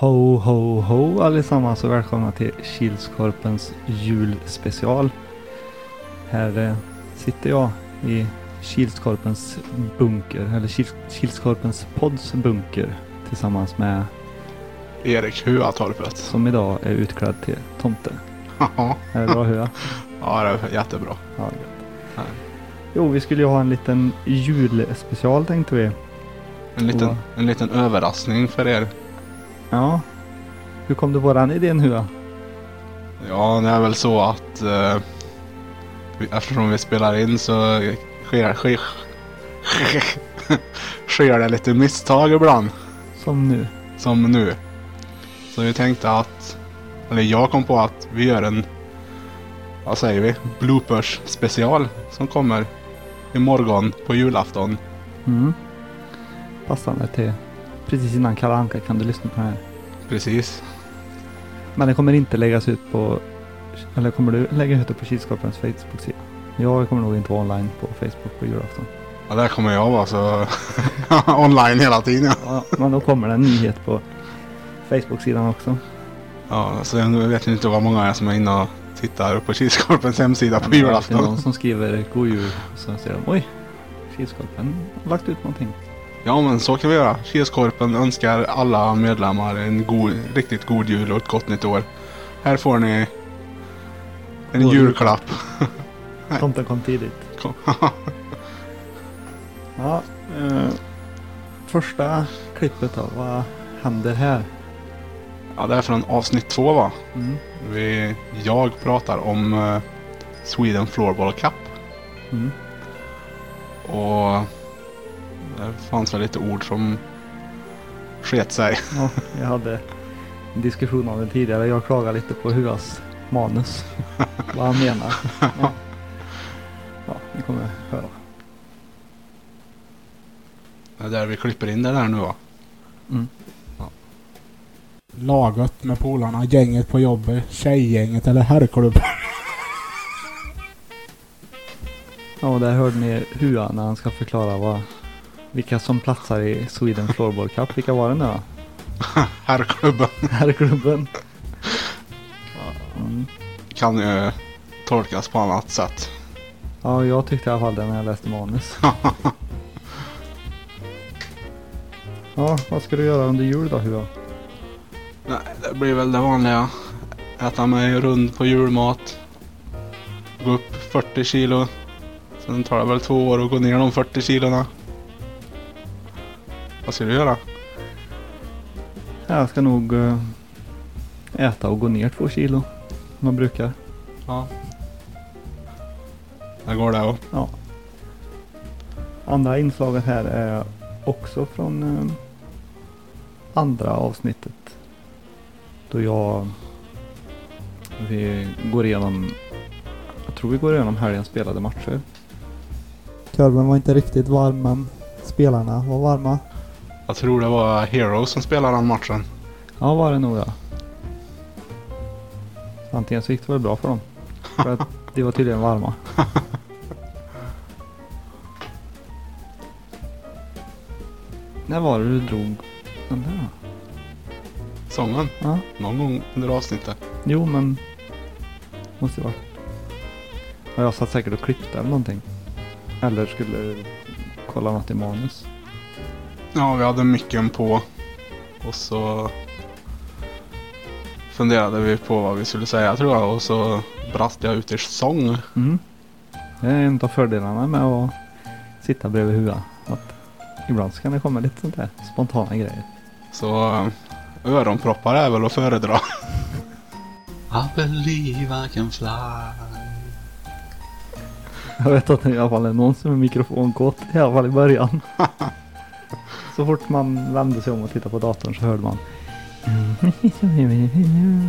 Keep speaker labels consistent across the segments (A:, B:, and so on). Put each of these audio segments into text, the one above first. A: Ho, ho, ho allesammans och välkomna till Kilskorpens julspecial. Här eh, sitter jag i Kilskorpens bunker, eller Kils Kilskorpens pods bunker tillsammans med,
B: Erik Huatorpet.
A: som idag är utklädd till tomte.
B: ja,
A: Är det bra Hua?
B: det är jättebra.
A: Ja, gött.
B: Ja.
A: Jo, vi skulle ju ha en liten julspecial tänkte vi.
B: En liten,
A: Ja.
B: en liten överraskning för er.
A: Ja. Hur kom du på den idén Hua?
B: Ja, det är väl så att eh, vi, eftersom vi spelar in så sker, sker, sker det lite misstag ibland.
A: Som nu.
B: Som nu. Så vi tänkte att, eller jag kom på att vi gör en, vad säger vi, bloopers special som kommer imorgon på julafton.
A: Mm. Passande till precis innan Kalle Anka kan du lyssna på den här.
B: Precis.
A: Men den kommer inte läggas ut på... Eller kommer du lägga ut det på Kilskorpens Facebook-sida? Jag kommer nog inte vara online på Facebook på julafton.
B: Ja, där kommer jag vara så online hela tiden.
A: Ja, men då kommer det en nyhet på Facebook-sidan också.
B: Ja, så jag vet inte vad många är som är inne och tittar på Kilskorpens hemsida på
A: Det är alltid
B: julafton.
A: någon som skriver God Jul och så säger de oj, Kilskorpen har lagt ut någonting.
B: Ja, men så kan vi göra. Kilskorpen önskar alla medlemmar en god, riktigt god jul och ett gott nytt år. Här får ni en
A: Vår
B: julklapp. Nej.
A: Tomten kom tidigt.
B: Kom.
A: Ja, eh, första klippet då. Vad händer här?
B: Ja, det är från avsnitt två va?
A: Mm.
B: Vi, jag pratar om eh, Sweden Floorball Cup.
A: Mm.
B: Och det fanns väl lite ord som sket sig.
A: Ja, jag hade en diskussion om det tidigare. Jag klagade lite på Huas manus. Vad han menar. Ja, ja ni kommer höra.
B: Det är där vi klipper in det där nu va?
C: laget med polarna, gänget på jobbet, tjejgänget eller herrklubben.
A: Ja, och där hörde ni Hua när han ska förklara vad, vilka som platsar i Sweden Floorball Cup. Vilka var det nu då?
B: Herrklubben
A: Herrklubben. Mm.
B: kan ju tolkas på annat sätt.
A: Ja, jag tyckte i alla fall det när jag läste manus. Ja, vad ska du göra under jul då Hua?
B: Nej, det blir väl det vanliga. Äta mig rund på julmat. Gå upp 40 kilo. Sen tar det väl två år att gå ner de 40 kilona. Vad ska du göra?
A: Jag ska nog eh, äta och gå ner två kilo. Som man brukar.
B: Där går det och...
A: Andra inslaget här är också från eh, andra avsnittet. Då jag... Vi går igenom... Jag tror vi går igenom helgens spelade matcher.
D: Korven var inte riktigt varm men spelarna var varma.
B: Jag tror det var Heroes som spelade den matchen.
A: Ja, var det nog ja. Antingen så gick det väl bra för dem. För att de var tydligen varma. När var det du drog den där då?
B: Sången.
A: Ja.
B: Någon gång under avsnittet.
A: Jo, men... Måste ju varit. Ja, jag satt säkert och klippte eller någonting. Eller skulle kolla något i manus.
B: Ja, vi hade micken på. Och så funderade vi på vad vi skulle säga tror jag. Och så brast jag ut i sång.
A: Mm. Det är en av fördelarna med att sitta bredvid Hua. Att ibland så kan det komma lite sånt där spontana grejer.
B: Så eh, öronproppar är väl att föredra. I believe I can fly.
A: Jag vet att det i alla fall är någon som är mikrofonkåt. I alla fall i början. så fort man vände sig om och tittade på datorn så hörde man.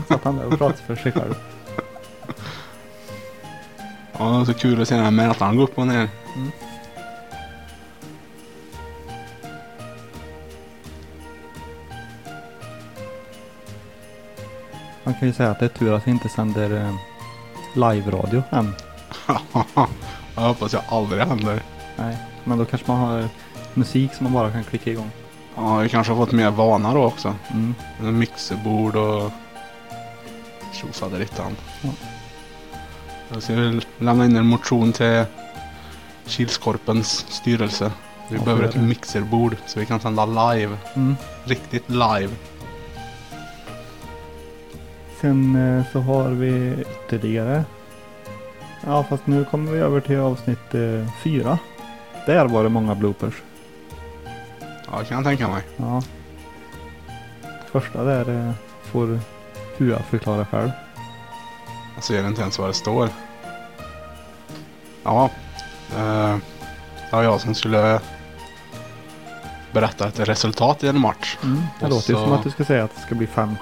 A: Satt han där och pratade för sig själv.
B: Ja, det är så kul att se den här mätaren gå upp och ner.
A: Man kan ju säga att det är tur att vi inte sänder eh, live-radio än.
B: jag hoppas jag aldrig händer.
A: Nej, men då kanske man har musik som man bara kan klicka igång.
B: Ja, vi kanske har fått mer vana då också.
A: Mm.
B: Mixerbord och tjofaderittan.
A: Ja.
B: Jag ska väl lämna in en motion till Kilskorpens styrelse. Vi
A: Ja,
B: behöver
A: gör
B: ett
A: det.
B: mixerbord så vi kan sända live.
A: Mm.
B: Riktigt live.
A: Sen eh, så har vi ytterligare. Ja fast nu kommer vi över till avsnitt eh, fyra. Där var det många bloopers.
B: Ja, det kan jag tänka mig.
A: Ja. Första där eh, får Hua förklara själv.
B: Jag ser inte ens vad det står. Ja. Eh, det var jag som skulle berätta ett resultat i en match.
A: Det
B: Och
A: låter ju
B: så-
A: som att du ska säga att det ska bli 5-7.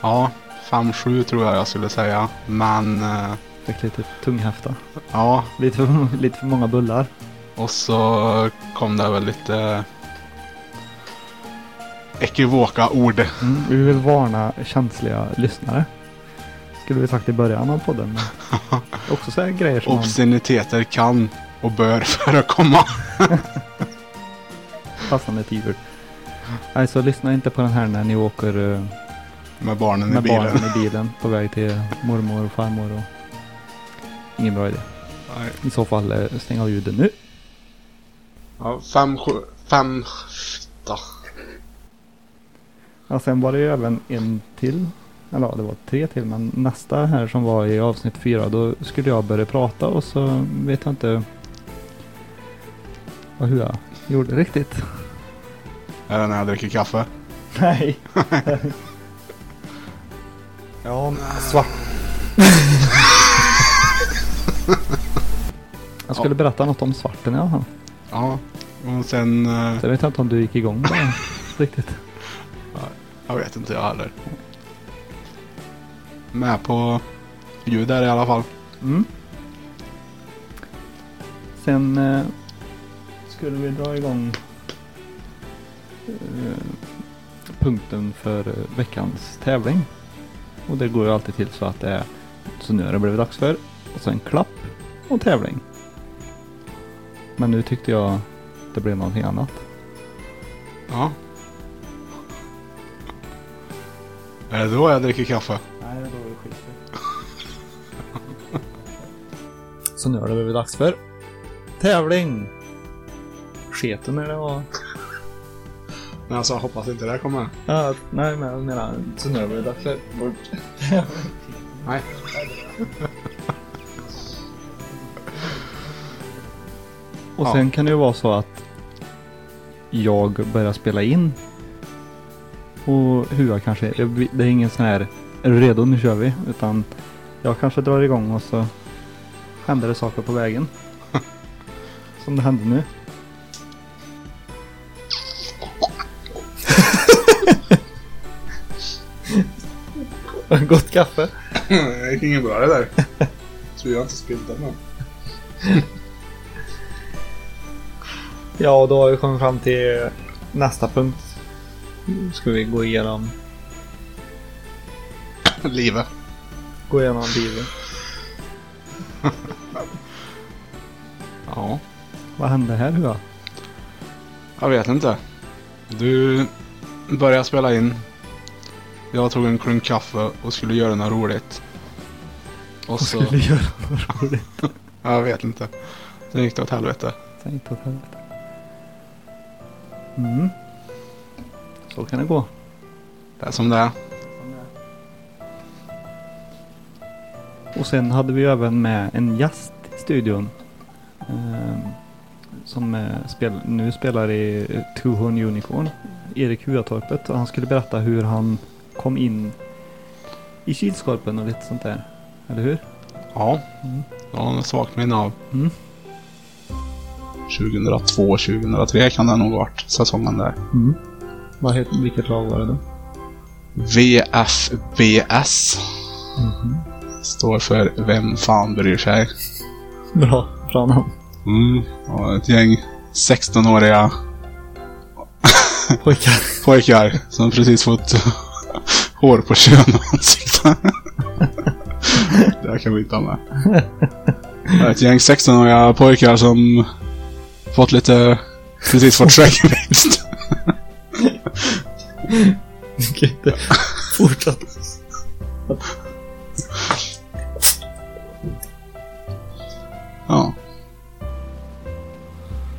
B: Ja, 5-7 tror jag jag skulle säga. Men eh,
A: Fick lite tunghäfta.
B: ja,
A: Lite för, lite för många bullar.
B: Och så kom det väl lite ekivoka ord.
A: Mm. Vi vill varna känsliga lyssnare. Skulle vi sagt i början av podden. men Också säga grejer som man...
B: Obsceniteter kan och bör förekomma.
A: passande tider. Nej, så lyssna inte på den här när ni åker eh,
B: Med barnen i
A: med
B: bilen.
A: barnen i bilen på väg till mormor och farmor. Och... Ingen bra idé.
B: Nej.
A: I så fall eh, stäng av ljudet nu.
B: Ja, fem, sju, fem, åtta.
A: Ja, sen var det ju även en till. Eller ja, det var tre till. Men nästa här som var i avsnitt fyra. Då skulle jag börja prata och så vet jag inte vad hur jag gjorde riktigt.
B: Är det när jag dricker kaffe?
A: Nej. ja, svart. Jag skulle berätta något om svarten i alla fall.
B: Ja. Och sen, eh,
A: Sen vet jag inte om du gick igång med det riktigt.
B: jag vet inte jag heller. Med på ljud där i alla fall.
A: Mm. Sen eh, skulle vi dra igång eh, punkten för eh, veckans tävling. Och det går ju alltid till så att det är så nu har det blivit dags för och sen klapp och tävling. Men nu tyckte jag det blev någonting annat.
B: Ja. Är det då jag dricker kaffe?
A: Nej, det var skit. Så nu har det blivit dags för tävling! Sketen när det var...
B: Men alltså, jag hoppas inte det här kommer.
A: Ja, nej men jag menar, så nu har det blivit dags för...
B: Nej.
A: Och
B: Ja.
A: sen kan det ju vara så att jag börjar spela in. Och Hua kanske, det är ingen sån här är du redo nu kör vi. Utan jag kanske drar igång och så händer det saker på vägen. Som det hände nu. Gott kaffe.
B: Det gick inget bra det där. Tror jag inte spillt den än.
A: Ja, och då har vi kommit fram till nästa punkt. Nu ska vi gå igenom,
B: Livet.
A: gå igenom bilen.
B: Ja.
A: Vad hände här Hua?
B: Jag vet inte. Du började spela in. Jag tog en klunk kaffe och skulle göra något roligt. Och så...
A: Skulle göra något roligt.
B: Jag vet inte. Sen gick det åt helvete.
A: Tänk åt helvete. Mm. Så kan det gå.
B: Det är som det är.
A: Och sen hade vi ju även med en gäst i studion. Ehm, som eh, spel, nu spelar i eh, Two Horn Unicorn. Erik Huatorpet. Och han skulle berätta hur han kom in i Kilskorpen och lite sånt där. Eller hur?
B: Ja.
A: Mm.
B: Det har jag ett svagt minne av.
A: Mm.
B: 2002, 2003 kan det nog ha varit. Säsongen där.
A: Mm. Vad heter, vilket lag var det då?
B: VFBS.
A: Mm-hmm.
B: Står för Vem fan bryr sig?
A: Bra, bra namn.
B: Mm. Och ett gäng 16-åriga
A: Pojkar.
B: pojkar som precis fått hår på kön och ansikte. Det här kan vi inte ha med. Det är Ett gäng 16-åriga pojkar som fått lite... Precis fått skäggväxt.
E: Ni kan inte fortsätta.
B: Ja.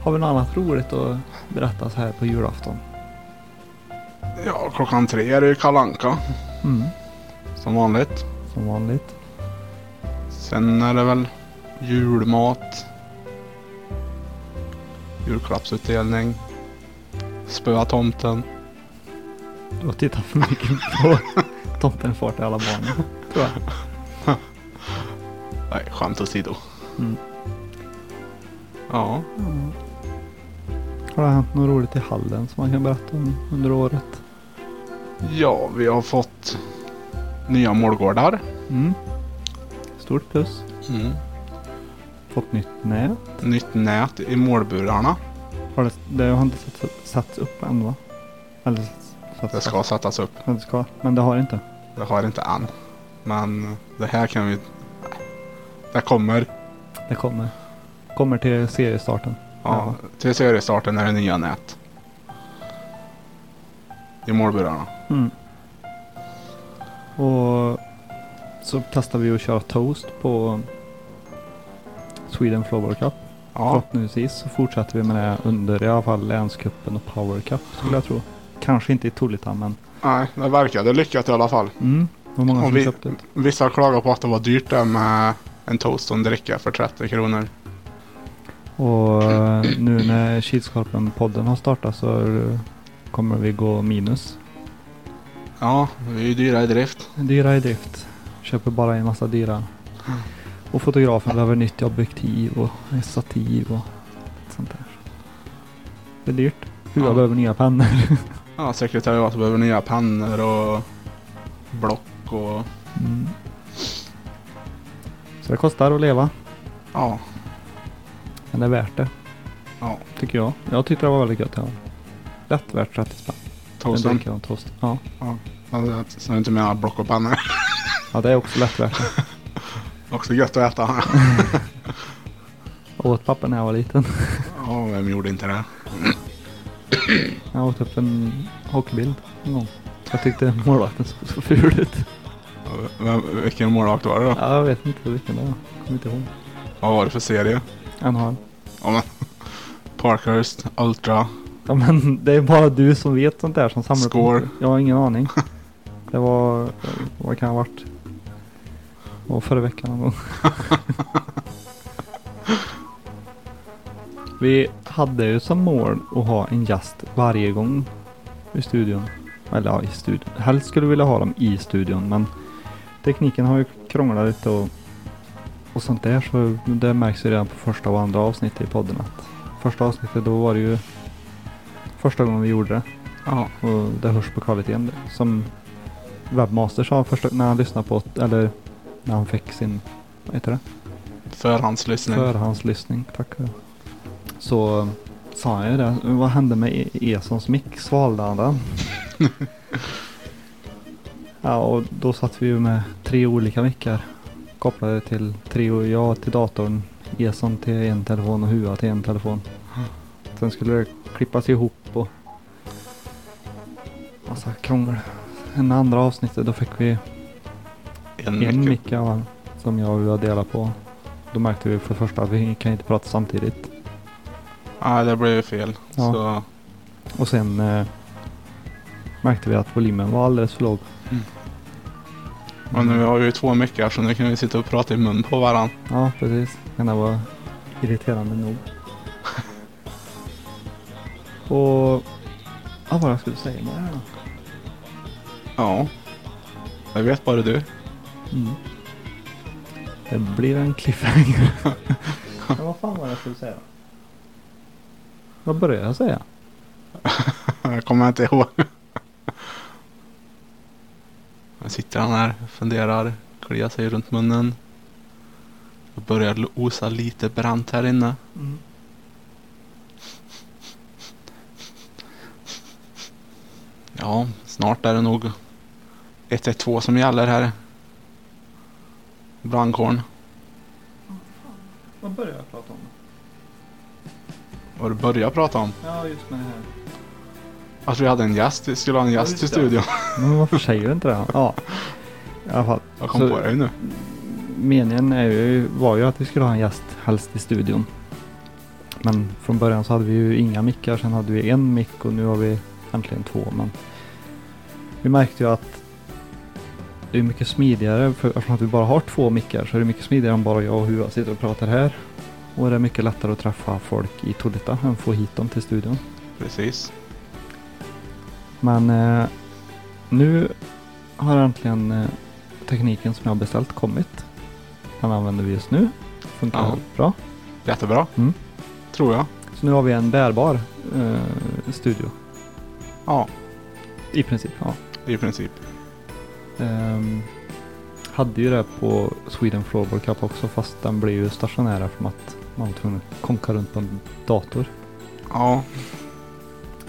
A: Har vi något annat roligt att berätta så här på julafton?
B: ja, klockan tre är det ju kalanka
A: Mm.
B: som vanligt.
A: Som vanligt.
B: Sen är det väl julmat. Julklappsutdelning. Spöa tomten.
A: Du har tittat för mycket på Tomten far till alla barnen. Tror jag.
B: Nej, skämt åsido.
A: Mm.
B: Ja,
A: Har det hänt något roligt i hallen som man kan berätta om under året?
B: ja, vi har fått nya målgårdar.
A: Mm. Stort plus. Fått nytt nät.
B: Nytt nät i målburarna.
A: Har det, det har inte satt- satts upp än va? Eller satts,
B: Det ska sättas upp.
A: Ja, det ska. Men det har inte.
B: Det har inte än. Men det här kan vi... Det kommer.
A: Det kommer. Kommer till seriestarten.
B: Ja, till seriestarten är det nya nät. I målburarna.
A: Mm. Och så testar vi att köra toast på Sweden Floorball Cup.
B: Ja,
A: Förhoppningsvis så fortsätter vi med det under i alla fall länscupen och Power Cup skulle jag tro. Kanske inte i Tullitan men
B: nej, det verkade lyckat i alla fall.
A: mm, det var många
B: Om
A: som
B: vi-
A: köpte det.
B: Vissa klagar på att det var dyrt där med en toast och en dricka för 30 kronor.
A: Och eh, nu när Kilskorpen-podden har startat så eh, kommer vi gå minus.
B: Ja, vi är ju dyra i drift.
A: Dyra i drift. Köper bara en massa dyra.
B: Mm.
A: Och fotografen behöver nytt objektiv och stativ och allt sånt där. Det är dyrt. Huva
B: Ja.
A: behöver nya pennor.
B: Ja, sekretariatet behöver nya pennor och block och...
A: Mm. Så det kostar att leva.
B: Ja,
A: Men det är värt det.
B: Ja.
A: Tycker jag. Jag tyckte det var väldigt gött. Ja. Lätt värt 30 spänn. En
B: toasten.
A: dricka och en toast. Ja.
B: Alltså, Så jag inte menar block och pennor.
A: ja, det är också lätt värt det.
B: Också gött att äta.
A: Jag åt pappa när jag var liten.
B: Ja, vem gjorde inte det?
A: Jag åt upp en hockeybild en gång. Jag tyckte målvakten såg så ful ut.
B: Vem, vilken målvakt var det då?
A: Ja, jag vet inte vilken det var. Jag Kommer inte ihåg.
B: Vad var det för serie?
A: NHL.
B: Ja, men, Parkhurst, Ultra.
A: Ja, men det är bara du som vet sånt där som samlar
B: Score.
A: på. Jag har ingen aning. Det var... Vad kan det ha varit? Det var förra veckan någon gång. Vi hade ju som mål att ha en gäst varje gång i studion. Eller ja, i studion. Helst skulle vi vilja ha dem i studion men tekniken har ju krånglat lite och, och sånt där så det märks ju redan på första och andra avsnittet i podden att första avsnittet då var det ju första gången vi gjorde det.
B: Ja.
A: Och det hörs på kvaliteten. Som Webmaster sa första, när han lyssnade på, eller när han fick sin, vad heter det?
B: Förhandslyssning.
A: Förhandslyssning, tack. Så sa han ju det. Vad hände med E- Esons mick? Svalde han den? ja, och då satt vi ju med tre olika mickar. Kopplade till tre, och jag till datorn, Eson till en telefon och Hua till en telefon. Sen skulle det klippas ihop och massa krångel. Sen andra avsnittet då fick vi
B: En
A: en
B: mick.
A: mick Mm, av han som jag och Hua delade på. Då märkte vi för det första att vi kan inte prata samtidigt.
B: Nej, det blev ju fel.
A: Ja.
B: Så,
A: Och sen eh, märkte vi att volymen var alldeles för låg. Mm.
B: Mm. och nu har vi ju två mickar så nu kan vi sitta och prata i mun på varandra.
A: Ja, precis. Det var irriterande nog. och... Ja, vad jag skulle säga med det här då.
B: Ja. Det vet bara du.
A: Mm. Det blir en cliffhanger. Men vad fan var det jag skulle säga? Vad började jag säga?
B: Jag kommer inte ihåg. Jag sitter han här, funderar, kliar sig runt munnen. Jag börjar osa lite brant här inne.
A: Mm.
B: Ja, snart är det nog 112 som gäller här. Brandkåren.
A: Vad började jag prata om?
B: Vad du börjar prata om.
A: Ja, just med det här.
B: Att Alltså, vi hade en gäst. Vi skulle ha en gäst i studion.
A: Men varför säger du inte det? Ja. I alla fall.
B: Jag kom
A: Så-
B: på det nu.
A: Meningen är ju, var ju att vi skulle ha en gäst helst i studion. Men från början så hade vi ju inga mickar. Sen hade vi en mick och nu har vi äntligen två. Men vi märkte ju att det är mycket smidigare. För eftersom att vi bara har två mickar så är det mycket smidigare om bara jag och Hua sitter och pratar här. Och det är mycket lättare att träffa folk i Tolita än få hit dem till studion.
B: Precis.
A: Men eh, nu har äntligen eh, tekniken som jag har beställt kommit. Den använder vi just nu. Funkar
B: Ja.
A: bra.
B: Jättebra.
A: Mm.
B: Tror jag.
A: Så nu har vi en bärbar eh, studio.
B: Ja,
A: I princip, ja.
B: i princip.
A: Ehm, hade ju det på Sweden Floorball Cup också fast den blev ju stationär eftersom att man var tvungen att konka runt på en dator.
B: Ja,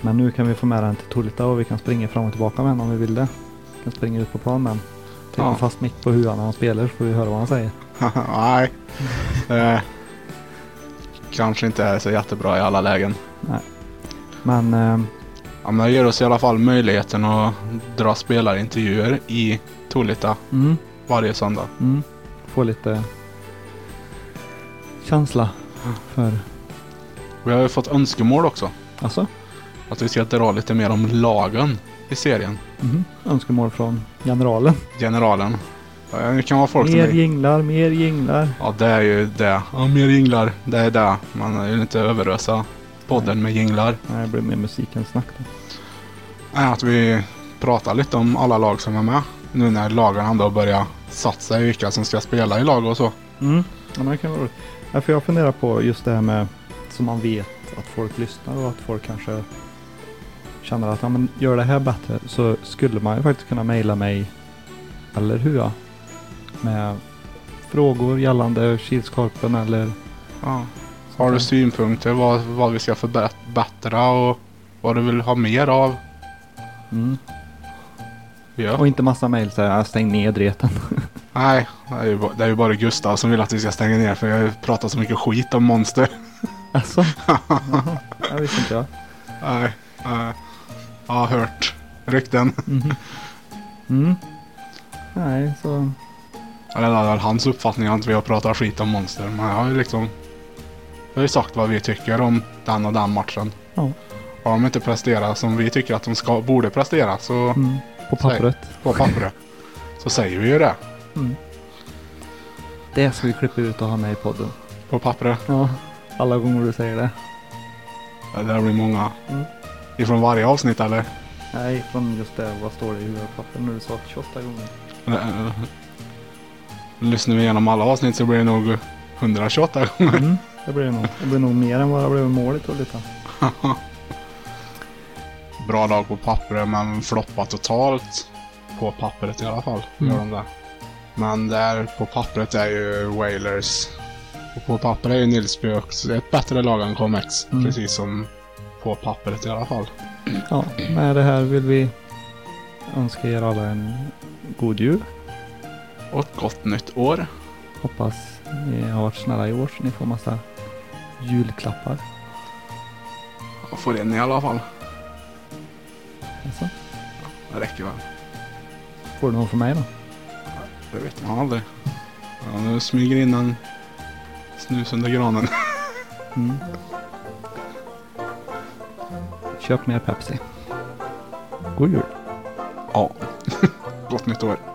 A: Men nu kan vi få med den till Tolita och vi kan springa fram och tillbaka med den om vi vill det. Vi kan springa ut på plan med den. Typ
B: Ja.
A: en fast mick på huvan när han spelar så får vi höra vad han säger.
B: nej. Eh, kanske inte är så jättebra i alla lägen.
A: Men ehm,
B: Ja, men det ger oss i alla fall möjligheten att dra spelarintervjuer i Tolita
A: Mm,
B: varje söndag.
A: mm. Få lite känsla för...
B: Vi har ju fått önskemål också.
A: Alltså?
B: Att vi ska dra lite mer om lagen i serien.
A: Mhm. Önskemål från generalen.
B: Generalen. Ja, Det kan vara folk som
A: Mer
B: är...
A: jinglar, mer jinglar.
B: Ja, det är ju det. Ja, mer jinglar. Det är det. Man vill inte överösa podden med jinglar.
A: Nej, det blir mer musik än snack. då.
B: är att vi pratar lite om alla lag som är med. Nu när lagen ändå börjar satsa i vilka som ska spela i lag och så.
A: Mm. Ja, men det kan vara roligt. Ja, för jag funderar på just det här med så man vet att folk lyssnar och att folk kanske känner att ja, men gör det här bättre så skulle man ju faktiskt kunna mejla mig, eller hur? Ja, med frågor gällande Kilskorpen eller...
B: Ja. Har du synpunkter vad, vad vi ska förbättra och vad du vill ha mer av?
A: Mm.
B: Ja.
A: Och inte massa mejl så här, stäng ner dreten.
B: Nej, det är, ju, ba- det är ju bara Gustav som vill att vi ska stänga ner för jag har ju pratat så mycket skit om monster.
A: Alltså? Jaha, jag visste inte jag.
B: Nej, nej. Jag har hört rykten.
A: Mhm. Mm. Nej, så... mm.
B: Eller det är väl hans uppfattning att vi har pratat skit om monster. Men jag har ju liksom... Jag har ju sagt vad vi tycker om den och den matchen.
A: Ja.
B: Har de inte presterat som vi tycker att de ska, borde prestera så
A: Mm. På pappret.
B: på pappret. så säger vi ju det.
A: Mm. Det ska vi klippa ut och ha med i podden.
B: På pappret.
A: Ja, alla gånger du säger det.
B: Ja, Det blir många.
A: Mm.
B: Ifrån varje avsnitt eller?
A: Nej, från just det. Vad står det i huvudet på pappret när du sa 28 gånger?
B: Eh, Lyssnar vi igenom alla avsnitt så blir det nog 128 gånger.
A: Mm. Det blir det nog. Det blir nog mer än vad det blev målet och lite.
B: Bra lag på pappret men floppar totalt. På pappret i alla fall. Gör de det. Men där på pappret är ju Wailers. Och på pappret är ju Nilsby också ett bättre lag än Comex.
A: Mm.
B: Precis som på pappret i alla fall.
A: Ja, med det här vill vi önska er alla en god jul.
B: Och ett gott nytt år.
A: Hoppas ni har varit snälla i år så ni får massa julklappar.
B: Jag får in i alla fall.
A: Alltså,
B: Det räcker väl.
A: får du någon från mig då?
B: Det vet man aldrig. Ja, nu smyger in en snus under granen.
A: Mm. Köp mer Pepsi. God jul.
B: Gott nytt år.